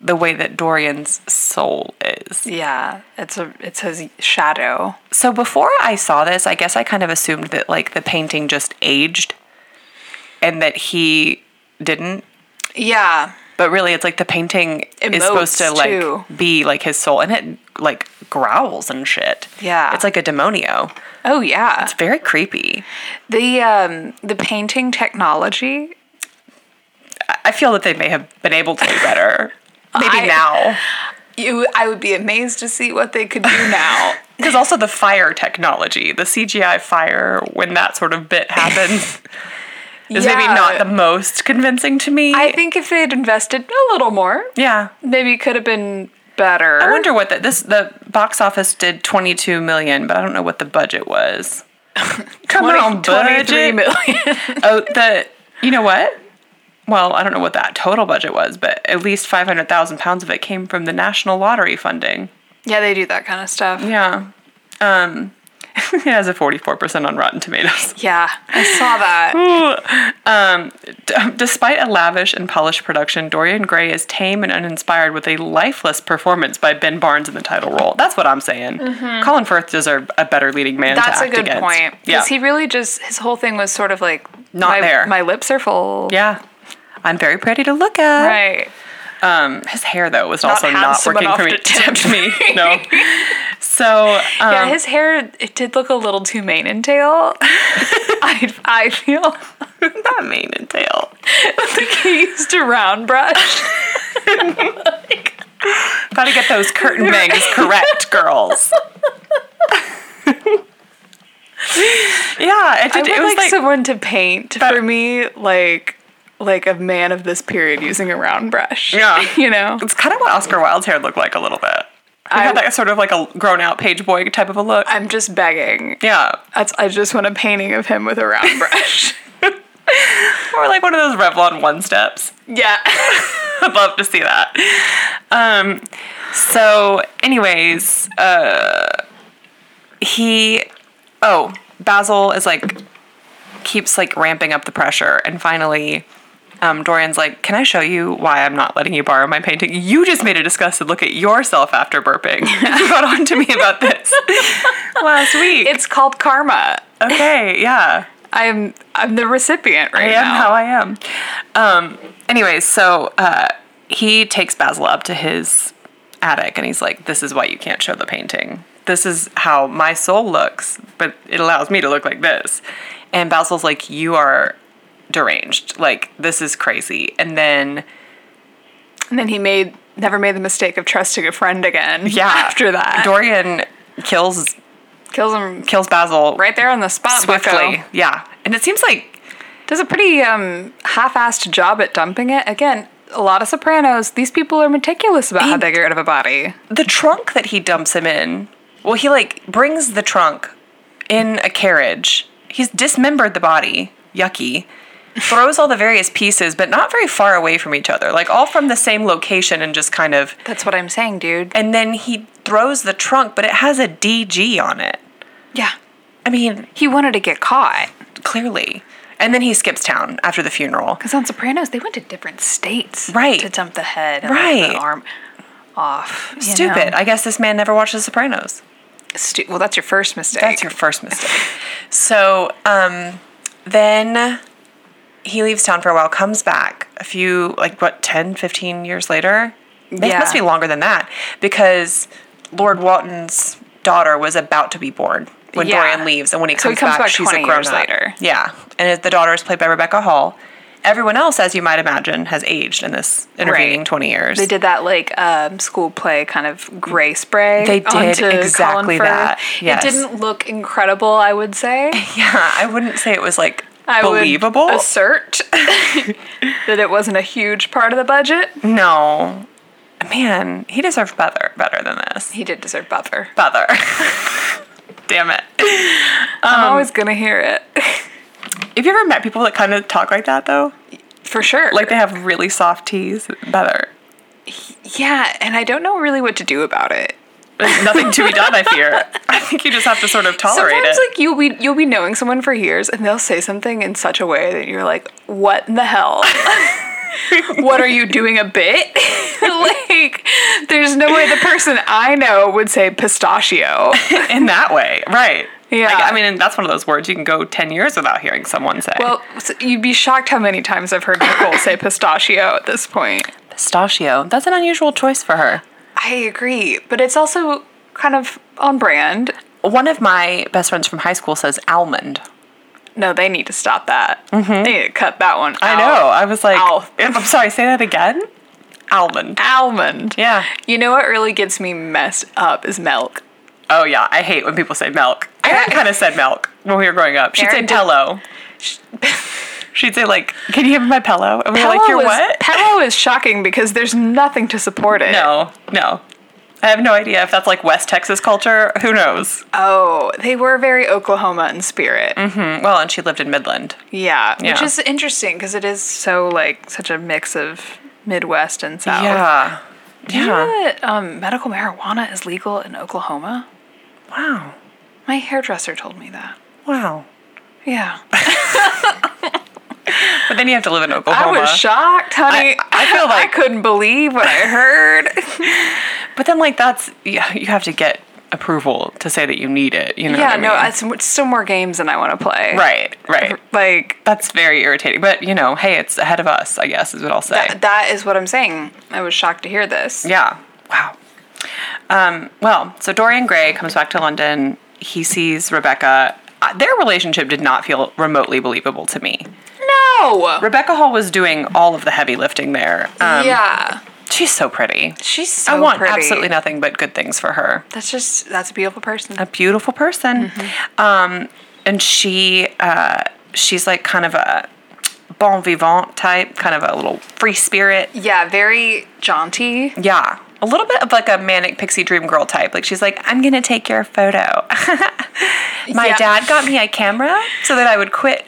A: the way that Dorian's soul is.
B: yeah. It's a it's his shadow.
A: So before I saw this, I guess I kind of assumed that like the painting just aged and that he didn't.
B: Yeah.
A: But really, it's like the painting is
B: Emotes,
A: supposed to like
B: too.
A: be like his soul and it like growls and shit.
B: Yeah.
A: It's like a demonio.
B: Oh yeah.
A: Very creepy.
B: The um the painting technology
A: I- I feel that they may have been able to do better. Maybe
B: I-
A: now.
B: You, I would be amazed to see what they could do now.
A: Because also the fire technology, the CGI fire, when that sort of bit happens, is maybe
B: Yeah.
A: not the most convincing to me.
B: I think if they had invested a little more,
A: yeah.
B: maybe it could have been better.
A: I wonder what the, this the box office did twenty two million, but I don't know what the budget was. Come
B: 20
A: on,
B: 23
A: budget.
B: million.
A: oh, the you know what? Well, I don't know what that total budget was, but at least five hundred thousand pounds of it came from the national lottery funding.
B: yeah, they do that kind of stuff. Yeah.
A: Yeah. Um, it has a forty four percent on Rotten Tomatoes.
B: I saw that.
A: D- Despite a lavish and polished production, Dorian Gray is tame and uninspired with a lifeless performance by Ben Barnes in the title role. That's what I'm saying. Colin Firth deserved a better leading man.
B: Mm-hmm. That's
A: to
B: a
A: act
B: good
A: against.
B: point.
A: Yeah,
B: Because he really just, his whole thing was sort of like,
A: Not
B: my,
A: there.
B: My lips are full.
A: yeah. I'm very pretty to look at.
B: Right.
A: Um, his hair though was also not
B: handsome
A: working
B: enough
A: for me.
B: to tempt
A: me. No. So um,
B: yeah, his hair, it did look a little too mane and tail. I, I feel
A: not mane and tail.
B: like he used a round brush.
A: Got to get those curtain bangs correct, girls. yeah, it,
B: I
A: did,
B: would
A: it was
B: like, someone to paint for me, like like a man of this period using a round brush.
A: Yeah.
B: you know.
A: It's kind of what Oscar Wilde's hair looked like a little bit. He
B: I-
A: had that sort of like a grown out page boy type of a look.
B: I'm just begging.
A: yeah.
B: That's I just want a painting of him with a round brush.
A: Or like one of those Revlon one steps.
B: yeah.
A: I'd love to see that. Um, so, anyways, uh, he, oh, Basil is like, keeps like ramping up the pressure. And finally, um, Dorian's like, Can I show you why I'm not letting you borrow my painting? You just made a disgusted look at yourself after burping. you got on to me about this last week.
B: It's called karma.
A: okay, yeah.
B: I'm I'm the recipient right
A: I am
B: now.
A: how I am. Um, anyways, so uh, he takes Basil up to his attic and he's like, This is why you can't show the painting. This is how my soul looks, but it allows me to look like this. And Basil's like, You are deranged. Like, this is crazy. And then,
B: and then he made never made the mistake of trusting a friend again.
A: yeah.
B: After that,
A: Dorian kills
B: kills him
A: kills Basil
B: right there on the spot.
A: swiftly.
B: Bucko.
A: Yeah. And it seems like
B: Does a pretty um, half-assed job at dumping it. Again, a lot of Sopranos. These people are meticulous about how they get rid of a body.
A: the trunk that he dumps him in well he like brings the trunk in a carriage he's dismembered the body yucky throws all the various pieces but not very far away from each other like all from the same location and just kind of
B: That's what I'm saying, dude.
A: and then he throws the trunk but it has a dg on it
B: yeah.
A: i mean
B: He wanted to get caught.
A: clearly and then he skips town after the funeral
B: Because on Sopranos, they went to different states
A: Right.
B: to dump the head and like,
A: Right.
B: the arm off. you
A: stupid
B: know?
A: i guess this man never watched the sopranos
B: Stu- well, that's your first mistake.
A: That's your first mistake. So um, then he leaves town for a while, comes back a few, like, what, 10, 15 years later? It
B: Yeah.
A: must be longer than that because Lord Walton's daughter was about to be born when
B: Yeah.
A: Dorian leaves. And when he
B: So he
A: comes,
B: comes
A: back,
B: back
A: she's a
B: 20
A: grown
B: years
A: up.
B: later.
A: Yeah. And it- the daughter is played by Rebecca Hall. Everyone else, as you might imagine, has aged in this intervening 20 years.
B: They did that like um, school play kind of gray spray.
A: They did
B: onto
A: exactly
B: Colin Firth.
A: that, yes.
B: It didn't look incredible, I would say.
A: Yeah, I wouldn't say it was like
B: I
A: believable.
B: would assert that it wasn't a huge part of the budget.
A: Mm-hmm. no. Man, he deserves better better than this.
B: He did deserve buffer.
A: Better. Damn it. Um,
B: I'm always gonna hear it
A: Have you ever met people that kind of talk like that though?
B: for sure.
A: Like they have really soft tees. Better.
B: yeah, and I don't know really what to do about it.
A: There's nothing to be done, I fear. I think you just have to sort of tolerate
B: Sometimes
A: it.
B: like you'll be you'll be knowing someone for years and they'll say something in such a way that you're like, what in the hell? what are you doing a bit? like there's no way the person I know would say pistachio.
A: in that way, right?
B: Yeah.
A: Like, I mean, and that's one of those words you can go ten years without hearing someone say.
B: well, so you'd be shocked how many times I've heard Nicole say pistachio at this point.
A: pistachio. That's an unusual choice for her.
B: I agree, but it's also kind of on brand.
A: One of my best friends from high school says almond.
B: No, they need to stop that. They need to cut that one.
A: I
B: out.
A: know. I was like,
B: Ow.
A: I'm sorry. Say that again. Almond.
B: Almond.
A: Yeah.
B: You know what really gets me messed up is milk.
A: Oh yeah. I hate when people say milk. Erin kind of said milk when we were growing up. She'd say
B: Erin did-
A: pillow. She'd say like, "Can you have my pillow?" And we were like, "You're
B: is,
A: what?"
B: Pillow is shocking because there's nothing to support it.
A: No, no. I have no idea if that's like West Texas culture. Who knows?
B: Oh, they were very Oklahoma in spirit.
A: Um, Well, and she lived in Midland.
B: Yeah, Which
A: Mm-hmm. Yeah.
B: is interesting because it is so like such a mix of Midwest and South.
A: Yeah.
B: Do you know
A: Oh. Yeah.
B: that um, medical marijuana is legal in Oklahoma?
A: Wow.
B: My hairdresser told me that.
A: Wow.
B: Yeah.
A: But then you have to live in
B: I
A: Oklahoma.
B: was shocked, honey.
A: I- I feel like-
B: I couldn't believe what I heard.
A: but then like that's yeah, you have to get approval to say that you need it. You know?
B: yeah,
A: what I
B: no,
A: mean?
B: it's, it's still more games than I want to play.
A: right, right.
B: Like
A: That's very irritating. But you know, hey, it's ahead of us. I guess is what I'll say.
B: that is what I'm saying. I was shocked to hear this.
A: Yeah. Wow. Um, well, so Dorian Gray comes back to London. He sees Rebecca. Uh, Their relationship did not feel remotely believable to me.
B: No.
A: Rebecca Hall was doing all of the heavy lifting there. Um,
B: yeah.
A: She's so pretty.
B: She's so
A: I want
B: pretty.
A: absolutely nothing but good things for her.
B: That's just that's a beautiful person.
A: A beautiful person.
B: Mm-hmm.
A: Um, and she uh, she's like kind of a bon vivant type, kind of a little free spirit.
B: yeah, very jaunty.
A: Yeah. A little bit of like a manic pixie dream girl type. Like she's like, I'm gonna take your photo. My
B: Yeah.
A: dad got me a camera so that I would quit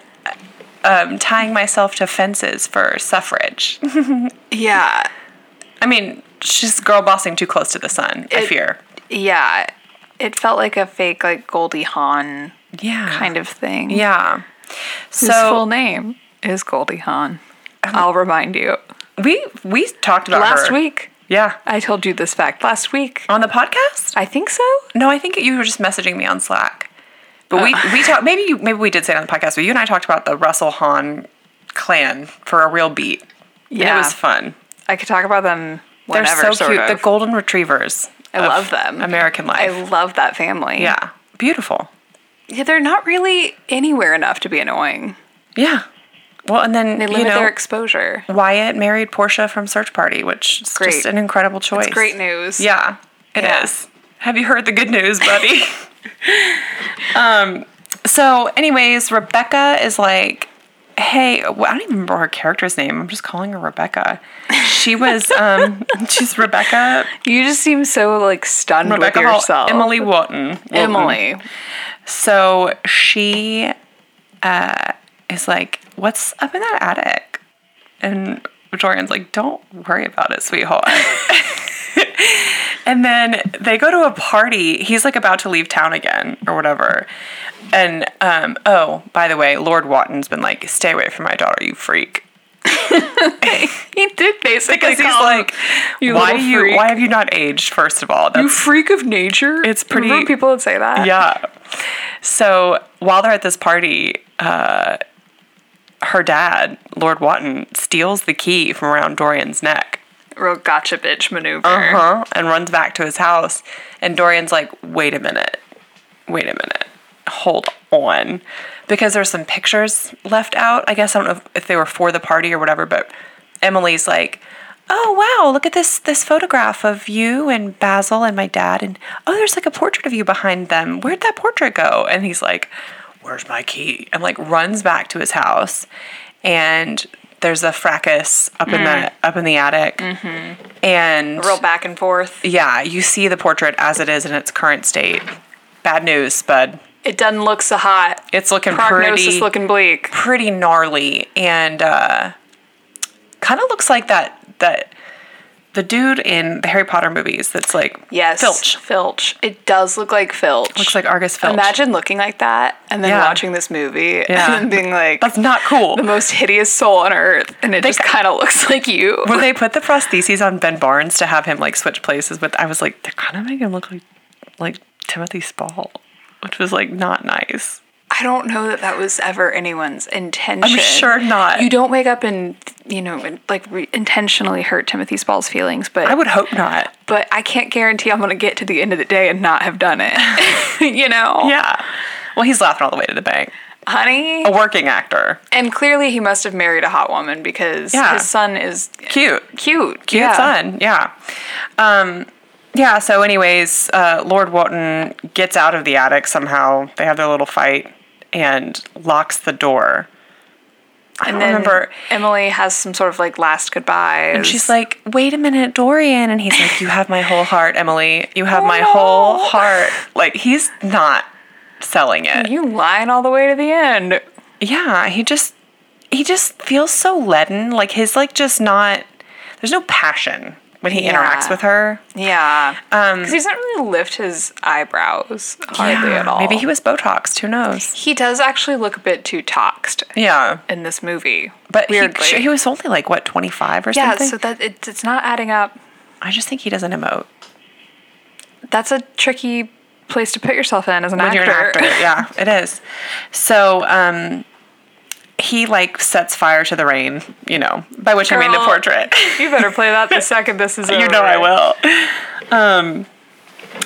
A: um, tying myself to fences for suffrage.
B: Yeah.
A: I mean, she's girl bossing too close to the sun. I
B: It-
A: fear.
B: Yeah. It felt like a fake like Goldie Hawn
A: Yeah.
B: kind of thing.
A: Yeah.
B: His full
A: So
B: name is Goldie Hawn. I'll remind you.
A: we we talked about
B: Last
A: her.
B: week,
A: Yeah.
B: I told you this fact. Last week,
A: On the podcast?
B: I think so.
A: No, I think you were just messaging me on Slack. But
B: Uh.
A: we we talked maybe you maybe we did say it on the podcast, but you and I talked about the Russell Hahn clan for a real beat. And it was fun.
B: I could talk about them
A: They're
B: whenever.
A: so
B: sort
A: cute.
B: of.
A: The golden retrievers.
B: I
A: of
B: love them.
A: American life.
B: I love that family.
A: yeah. Beautiful.
B: Yeah, they're not really anywhere enough to be annoying.
A: Yeah. Well, and then
B: They
A: you
B: limit
A: know
B: their exposure.
A: Wyatt married Portia from Search Party, which is
B: Great.
A: just an incredible choice.
B: It's great news.
A: Yeah, it is.
B: Yeah.
A: Have you heard the good news, buddy? um, so, anyways, Rebecca is like, hey, well, I don't even remember her character's name. I'm just calling her Rebecca. She was, um, she's Rebecca,
B: You just seem so like stunned
A: Rebecca
B: with
A: Hall-
B: yourself. mm.
A: Emily Wharton. Wharton.
B: Emily.
A: So she uh, is like, what's up in that attic? And Dorian's like, don't worry about it, sweetheart. and then they go to a party. He's like about to leave town again or whatever. And um, oh, by the way, Lord Wotton's been like, stay away from my daughter, you freak.
B: he did basically
A: Because he's
B: call him,
A: like, why
B: little
A: do you?
B: freak.
A: Why have you not aged? First of all,
B: you
A: that's
B: freak of nature.
A: It's pretty-
B: Remember people would say that.
A: yeah. So while they're at this party, uh, her dad, Lord Wotton, steals the key from around Dorian's neck
B: Real gotcha bitch maneuver.
A: uh-huh, and runs back to his house. And Dorian's like, wait a minute. Wait a minute. Hold on. Because there's some pictures left out. I guess I don't know if- if they were for the party or whatever, but Emily's like, Oh wow, look at this this photograph of you and Basil and my dad and oh there's like a portrait of you behind them. Where'd that portrait go? And he's like, Where's my key? And like runs back to his house and there's a fracas up in the up in the attic. And
B: Real back and forth.
A: yeah, you see the portrait as it is in its current state. Bad news, bud.
B: It doesn't look so hot.
A: It's looking
B: Prognosis
A: pretty,
B: looking bleak.
A: pretty gnarly, and uh, kind of looks like that that the dude in the Harry Potter movies. That's like
B: Yes.
A: Filch.
B: Filch. It does look like Filch.
A: Looks like Argus Filch.
B: Imagine looking like that and then
A: Yeah.
B: watching this movie
A: Yeah.
B: and then being like
A: that's not cool.
B: the most hideous soul on earth and it just kind of looks like you.
A: when they put the prostheses on Ben Barnes to have him like switch places with, I was like, they're kind of making him look like like Timothy Spall, which was like not nice.
B: I don't know that that was ever anyone's intention.
A: sure not.
B: You don't wake up and you know and, like re- intentionally hurt Timothy Spall's feelings, but
A: I would hope not.
B: but I can't guarantee I'm going to get to the end of the day and not have done it. you know,
A: Yeah. Oh. Well, he's laughing all the way to the bank.
B: honey.
A: A working actor.
B: And clearly, he must have married a hot woman because
A: Yeah.
B: his son is
A: Cute.
B: cute.
A: Cute son. Yeah. Um, yeah, so, anyways, uh, Lord Wotton gets out of the attic somehow. They have their little fight and locks the door. I
B: And
A: don't
B: then
A: remember.
B: Emily has some sort of like last goodbye.
A: And she's like, wait a minute, Dorian. And he's like, you have my whole heart, Emily. You have my
B: No.
A: whole heart. Oh. Like, he's not selling it.
B: "You lying all the way to the end."
A: yeah he just he just feels so leaden like his like just not there's no passion when he
B: Yeah.
A: interacts with her
B: Yeah, because he doesn't really lift his eyebrows hardly
A: Um, Yeah,
B: at all.
A: maybe he was botoxed who knows
B: He does actually look a bit too toxed
A: yeah
B: in this movie,
A: but he,
B: weirdly.
A: he was only like what 25 or
B: yeah,
A: something
B: so that it, it's not adding up.
A: i just think he doesn't emote
B: That's a tricky place to put yourself in as an
A: when
B: actor.
A: you're an actor yeah it is so um he like sets fire to the rain you know by which i mean the
B: Girl.
A: portrait
B: You better play that the second this is over.
A: you know I will. Um,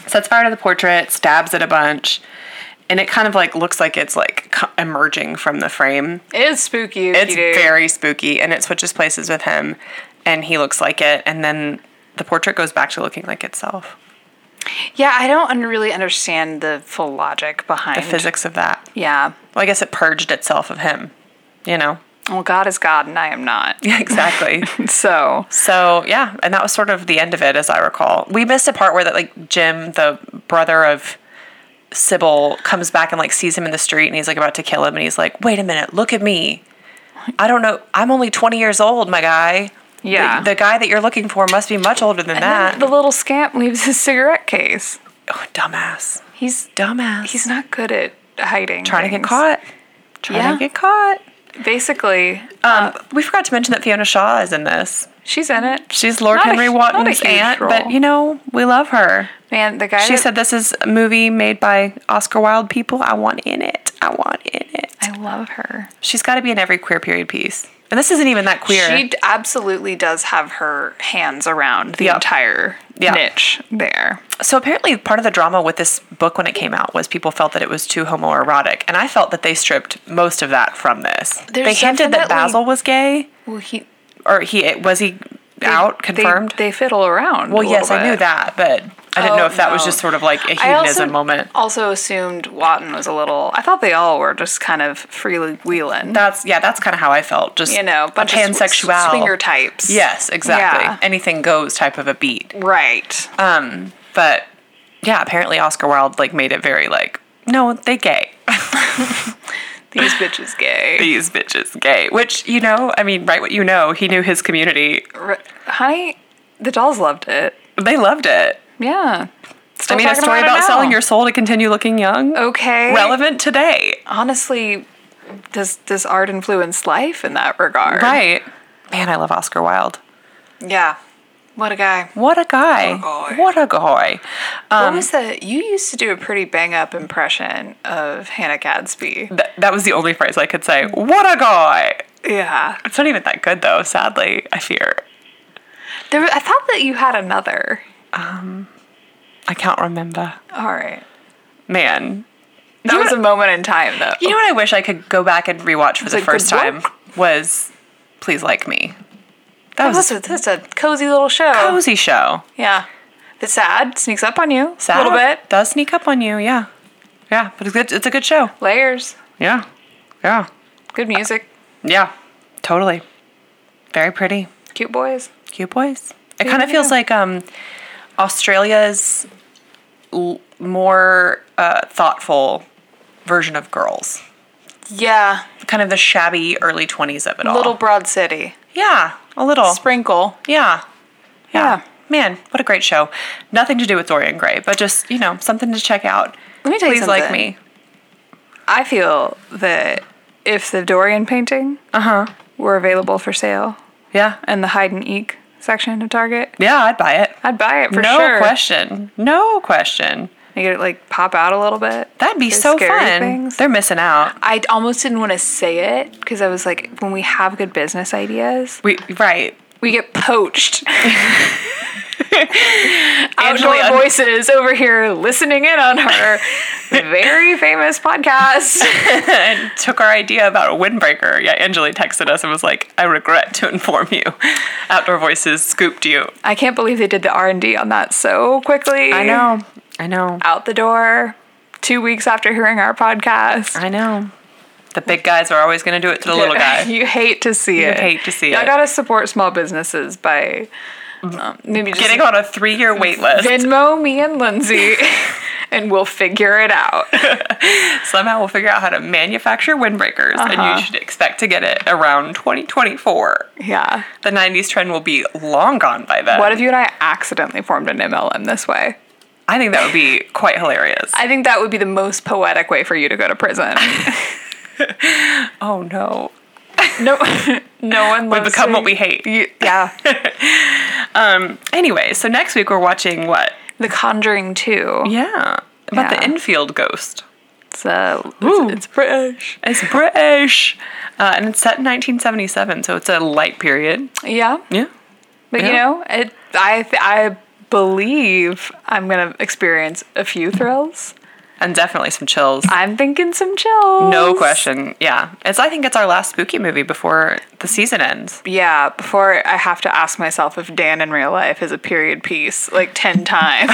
A: sets fire to the portrait, stabs it a bunch, and it kind of like looks like it's like co- emerging from the frame.
B: It is spooky.
A: It's very spooky, and it switches places with him, and he looks like it, and then the portrait goes back to looking like itself.
B: yeah. I don't un- really understand the full logic behind.
A: The physics of that.
B: yeah.
A: Well, I guess it purged itself of him. You know.
B: Well, God is God, and I am not.
A: Yeah, exactly.
B: So
A: So yeah, and that was sort of the end of it, as I recall. We missed a part where that like Jim, the brother of Sybil, comes back and like sees him in the street, and he's like about to kill him, and he's like, "Wait a minute, look at me! I don't know, I'm only twenty years old, my guy.
B: Yeah.
A: the, the guy that you're looking for must be much older than that.
B: the little scamp leaves his cigarette case.
A: oh, dumbass,
B: He's
A: dumbass.
B: he's not good at hiding.
A: trying to get
B: things.
A: caught. Trying
B: Yeah. Uh,
A: to get caught.
B: Basically,
A: Um, we forgot to mention that Fiona Shaw is in this.
B: she's in it.
A: She's Lord
B: Not a
A: Henry
B: hu- not a
A: Wotton's
B: huge
A: aunt, but
B: role.
A: you know we love her.
B: Man, the guy.
A: She
B: that-
A: said this is a movie made by Oscar Wilde people. I want in it. I want in it.
B: I love her.
A: She's got to be in every queer period piece. And this isn't even that queer.
B: She d- absolutely does have her hands around the
A: Yep.
B: entire
A: Yeah.
B: niche there.
A: so apparently part of the drama with this book when it came out was people felt that it was too homoerotic. And I felt that they stripped most of that from this.
B: There's
A: they hinted that
B: definitely-
A: Basil was gay
B: Well, he
A: or he was he out
B: they-
A: confirmed?
B: They, fiddle around.
A: well, yes, I knew that, but I didn't
B: Oh,
A: know if that was
B: no.
A: just sort of like a
B: I
A: hedonism
B: also,
A: moment.
B: also assumed Watton was a little. I thought they all were just kind of freely wheeling.
A: That's yeah, that's kind of how I felt. Just
B: you know,
A: a
B: bunch of sw-
A: pansexual
B: swinger types.
A: Yes, exactly.
B: Yeah.
A: Anything goes type of a beat. Um,
B: Right.
A: Uh, But yeah, apparently Oscar Wilde like made it very like, no, they gay.
B: These bitches gay.
A: These bitches gay. Which, you know, I mean, right what you know, he knew his community.
B: Ri- Honey, the dolls loved it.
A: They loved it.
B: Yeah. Still
A: I mean, a
B: talking
A: story
B: it
A: about,
B: now.
A: selling your soul to continue looking young.
B: okay
A: Relevant today.
B: Honestly, does does art influence life in that regard?
A: Right. Man, I love Oscar Wilde.
B: Yeah. What a guy. Um,
A: What a guy.
B: What
A: What
B: a guy.
A: a guy.
B: what was the? You used to do a pretty bang up impression of Hannah Gadsby.
A: Th- that was the only phrase I could say. What a guy.
B: Yeah.
A: It's not even that good, though, sadly, I fear.
B: There, I thought that you had another.
A: I can't remember.
B: All right.
A: Man.
B: That was a moment in time, though.
A: You know what I wish I could go back and rewatch for the
B: like,
A: first
B: "Good
A: time
B: work."
A: was Please Like Me. That
B: That
A: was
B: was a, that's a cozy little show.
A: a cozy show.
B: Yeah. The sad sneaks up on you
A: Sad.
B: a little bit.
A: Does sneak up on you, yeah. Yeah, but it's good it's a good show.
B: Layers.
A: Yeah. Yeah.
B: Good music.
A: Yeah. Totally. Very pretty.
B: Cute boys.
A: Cute boys. It kind of
B: yeah.
A: feels like um Australia's l- more uh, thoughtful version of girls.
B: Yeah.
A: Kind of the shabby early 20s of it all.
B: Little Broad City.
A: Yeah, a little.
B: Sprinkle.
A: Yeah.
B: Yeah.
A: Man, what a great show. Nothing to do with Dorian Gray, but just, you know, something to check out.
B: Let me tell you
A: Please like
B: something.
A: me.
B: I feel that if the Dorian painting were available for sale
A: Yeah.
B: in the hide and eek section of Target,
A: Yeah, I'd buy it.
B: I'd buy it for
A: no
B: sure.
A: question. No question.
B: Make it like pop out a little bit.
A: That'd be
B: Those
A: so
B: scary
A: fun.
B: things.
A: They're missing out.
B: I almost didn't want to say it because I was like, when we have good business ideas,
A: We right.
B: we get poached.
A: Angela
B: Outdoor
A: Un-
B: voices over here listening in on her very famous podcast.
A: took our idea about a windbreaker. Yeah, Angela texted us and was like, "I regret to inform you, Outdoor Voices scooped you."
B: I can't believe they did the R and D on that so quickly.
A: I know,
B: Out the door, two weeks after hearing our podcast.
A: I know. The big guys are always going to do it to the little guy.
B: you hate to see it.
A: hate to see
B: Y'all
A: it.
B: gotta support small businesses by um, maybe just
A: Getting on a three-year wait list.
B: Venmo me and Lindsay, and we'll figure it out.
A: Somehow we'll figure out how to manufacture windbreakers, and you should expect to get it around 2024.
B: Yeah.
A: The 90s trend will be long gone by then.
B: What if you and I accidentally formed an MLM this way?
A: I think that would be quite hilarious.
B: I think that would be the most poetic way for you to go to prison.
A: oh no.
B: No, no one.
A: We
B: loves
A: become what
B: seeing-
A: we hate.
B: Y- Yeah,
A: Anyway, so next week we're watching what?
B: The Conjuring Two.
A: Yeah. About the
B: Yeah.
A: Enfield ghost.
B: It's uh, it's,
A: Ooh.
B: it's British.
A: It's British. Uh, and it's set in 1977, so it's a light period.
B: Yeah,
A: Yeah.
B: but
A: Yeah.
B: you know, it. I th- I believe I'm gonna experience a few thrills.
A: And definitely some chills.
B: I'm thinking some chills.
A: No question. Yeah. It's I think it's our last spooky movie before the season ends.
B: Yeah, before I have to ask myself if Dan in real life is a period piece like ten times.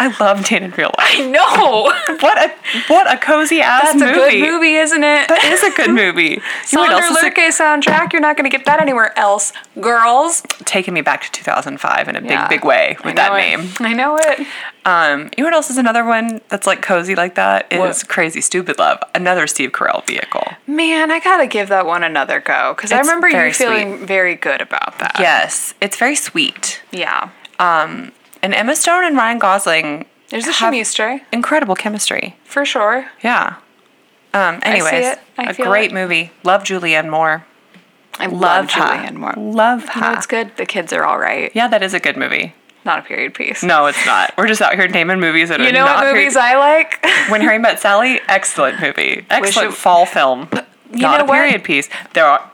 A: I love Dan in real life.
B: no,
A: What a what a cozy ass
B: that's
A: movie.
B: a good movie, isn't it?
A: That is a good movie. you know what
B: Sandra
A: else is
B: Lurke soundtrack. You're not gonna get that anywhere else, girls.
A: taking me back to 2005 in a
B: Yeah.
A: big, big way
B: I
A: with that
B: know it.
A: name.
B: I know it.
A: Um, you know what else is another one that's like cozy like that? Is
B: What?
A: Crazy Stupid Love, another Steve Carell vehicle.
B: Man, I gotta give that one another go because I
A: It's
B: remember
A: very
B: you feeling very good about that.
A: Yes, it's very sweet.
B: Yeah.
A: And Emma Stone and Ryan Gosling
B: There's a
A: have
B: Shemestre,
A: incredible chemistry.
B: for sure.
A: Yeah. Um, anyways,
B: it. I
A: a
B: feel
A: great
B: it.
A: movie. Love Julianne Moore.
B: I
A: Love,
B: love,
A: her.
B: Julianne Moore.
A: Love her.
B: You know, it's good. The kids are all right.
A: Yeah, that is a good movie.
B: Not a period piece.
A: No, it's not. We're just out here naming movies that are
B: You know
A: not
B: what
A: very-
B: movies I like?
A: When Harry Met Sally, excellent movie. Excellent
B: it-
A: fall film. Not
B: know
A: a
B: what?
A: period piece. There are.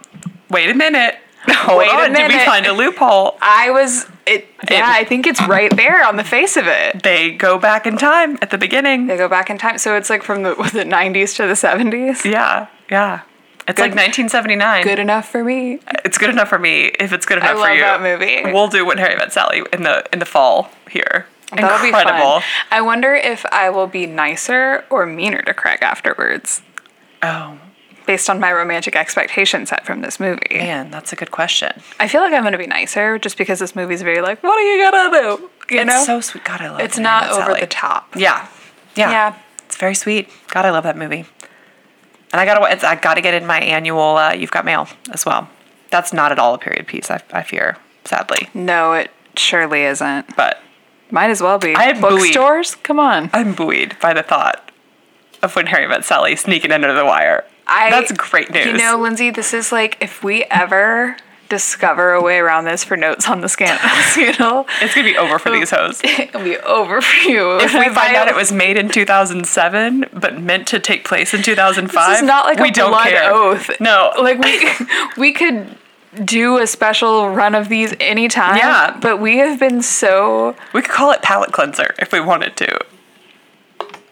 A: Wait a minute. Hold
B: Wait a
A: on. Did we
B: minute.
A: find a loophole?
B: I was it. Yeah, I think it's right there on the face of it.
A: They go back in time at the beginning.
B: They go back in time, so it's like from the, the '90s to the '70s.
A: Yeah, yeah. It's like 1979.
B: Good enough for me.
A: It's good enough for me. If it's good enough for
B: love
A: you,
B: that movie.
A: We'll do when Harry met Sally in the in the fall here.
B: That'll
A: Incredible.
B: be fun. I wonder if I will be nicer or meaner to Craig afterwards.
A: Oh
B: based on my romantic expectation set from this movie.
A: man, that's a good question.
B: I feel like I'm gonna be nicer just because this movie's very like, what are you gonna do? You
A: it's
B: know,
A: so sweet. God, I love.
B: it's
A: When
B: not
A: Harry Met
B: over
A: Sally.
B: the top.
A: Yeah. yeah,
B: Yeah.
A: It's very sweet. God, I love that movie. And I gotta, wa- it's, I gotta get in my annual. Uh, You've got mail as well. That's not at all a period piece. I, I fear, sadly,
B: No, it surely isn't.
A: but
B: Might as well be.
A: I am buoyed.
B: Bookstores, come on.
A: I'm buoyed by the thought of when Harry met Sally sneaking under the wire.
B: I
A: That's great news.
B: You know, Lindsay, this is like if we ever discover a way around this for notes on the scandals, you know?
A: It's gonna be over for these hoes.
B: It'll be over for you.
A: If we find out it was made in 2007 but meant to take place in 2005,
B: This is not like
A: we
B: a
A: don't
B: blood
A: care.
B: oath.
A: No,
B: like we we could do a special run of these anytime.
A: Yeah.
B: But we have been so
A: we could call it palate cleanser if we wanted to.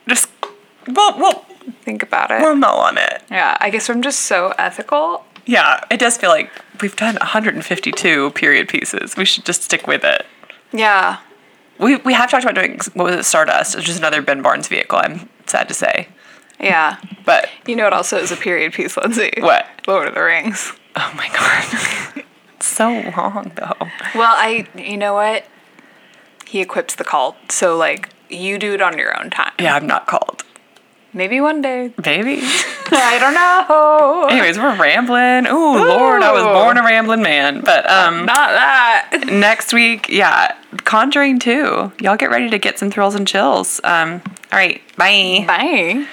A: Just we'll we'll
B: think about it.
A: we'll mull on it.
B: yeah, I guess I'm just so ethical.
A: Yeah, it does feel like we've done 152 period pieces. We should just stick with it.
B: Yeah.
A: We we have talked about doing what was it Stardust, which is another Ben Barnes vehicle. I'm sad to say,
B: Yeah.
A: but
B: You know it also is a period piece, Lindsay.
A: What?
B: Lord of the Rings.
A: oh my god, It's so long though.
B: Well, I you know what? He equips the cult, so like you do it on your own time.
A: Yeah, I'm not called,
B: Maybe one day.
A: baby.
B: I don't know.
A: Anyways, we're rambling. Ooh, Lord, I was
B: Ooh.
A: born a rambling man. But um,
B: Not that.
A: next week, yeah, Conjuring 2. Y'all get ready to get some thrills and chills. Um, all right, bye.
B: Bye.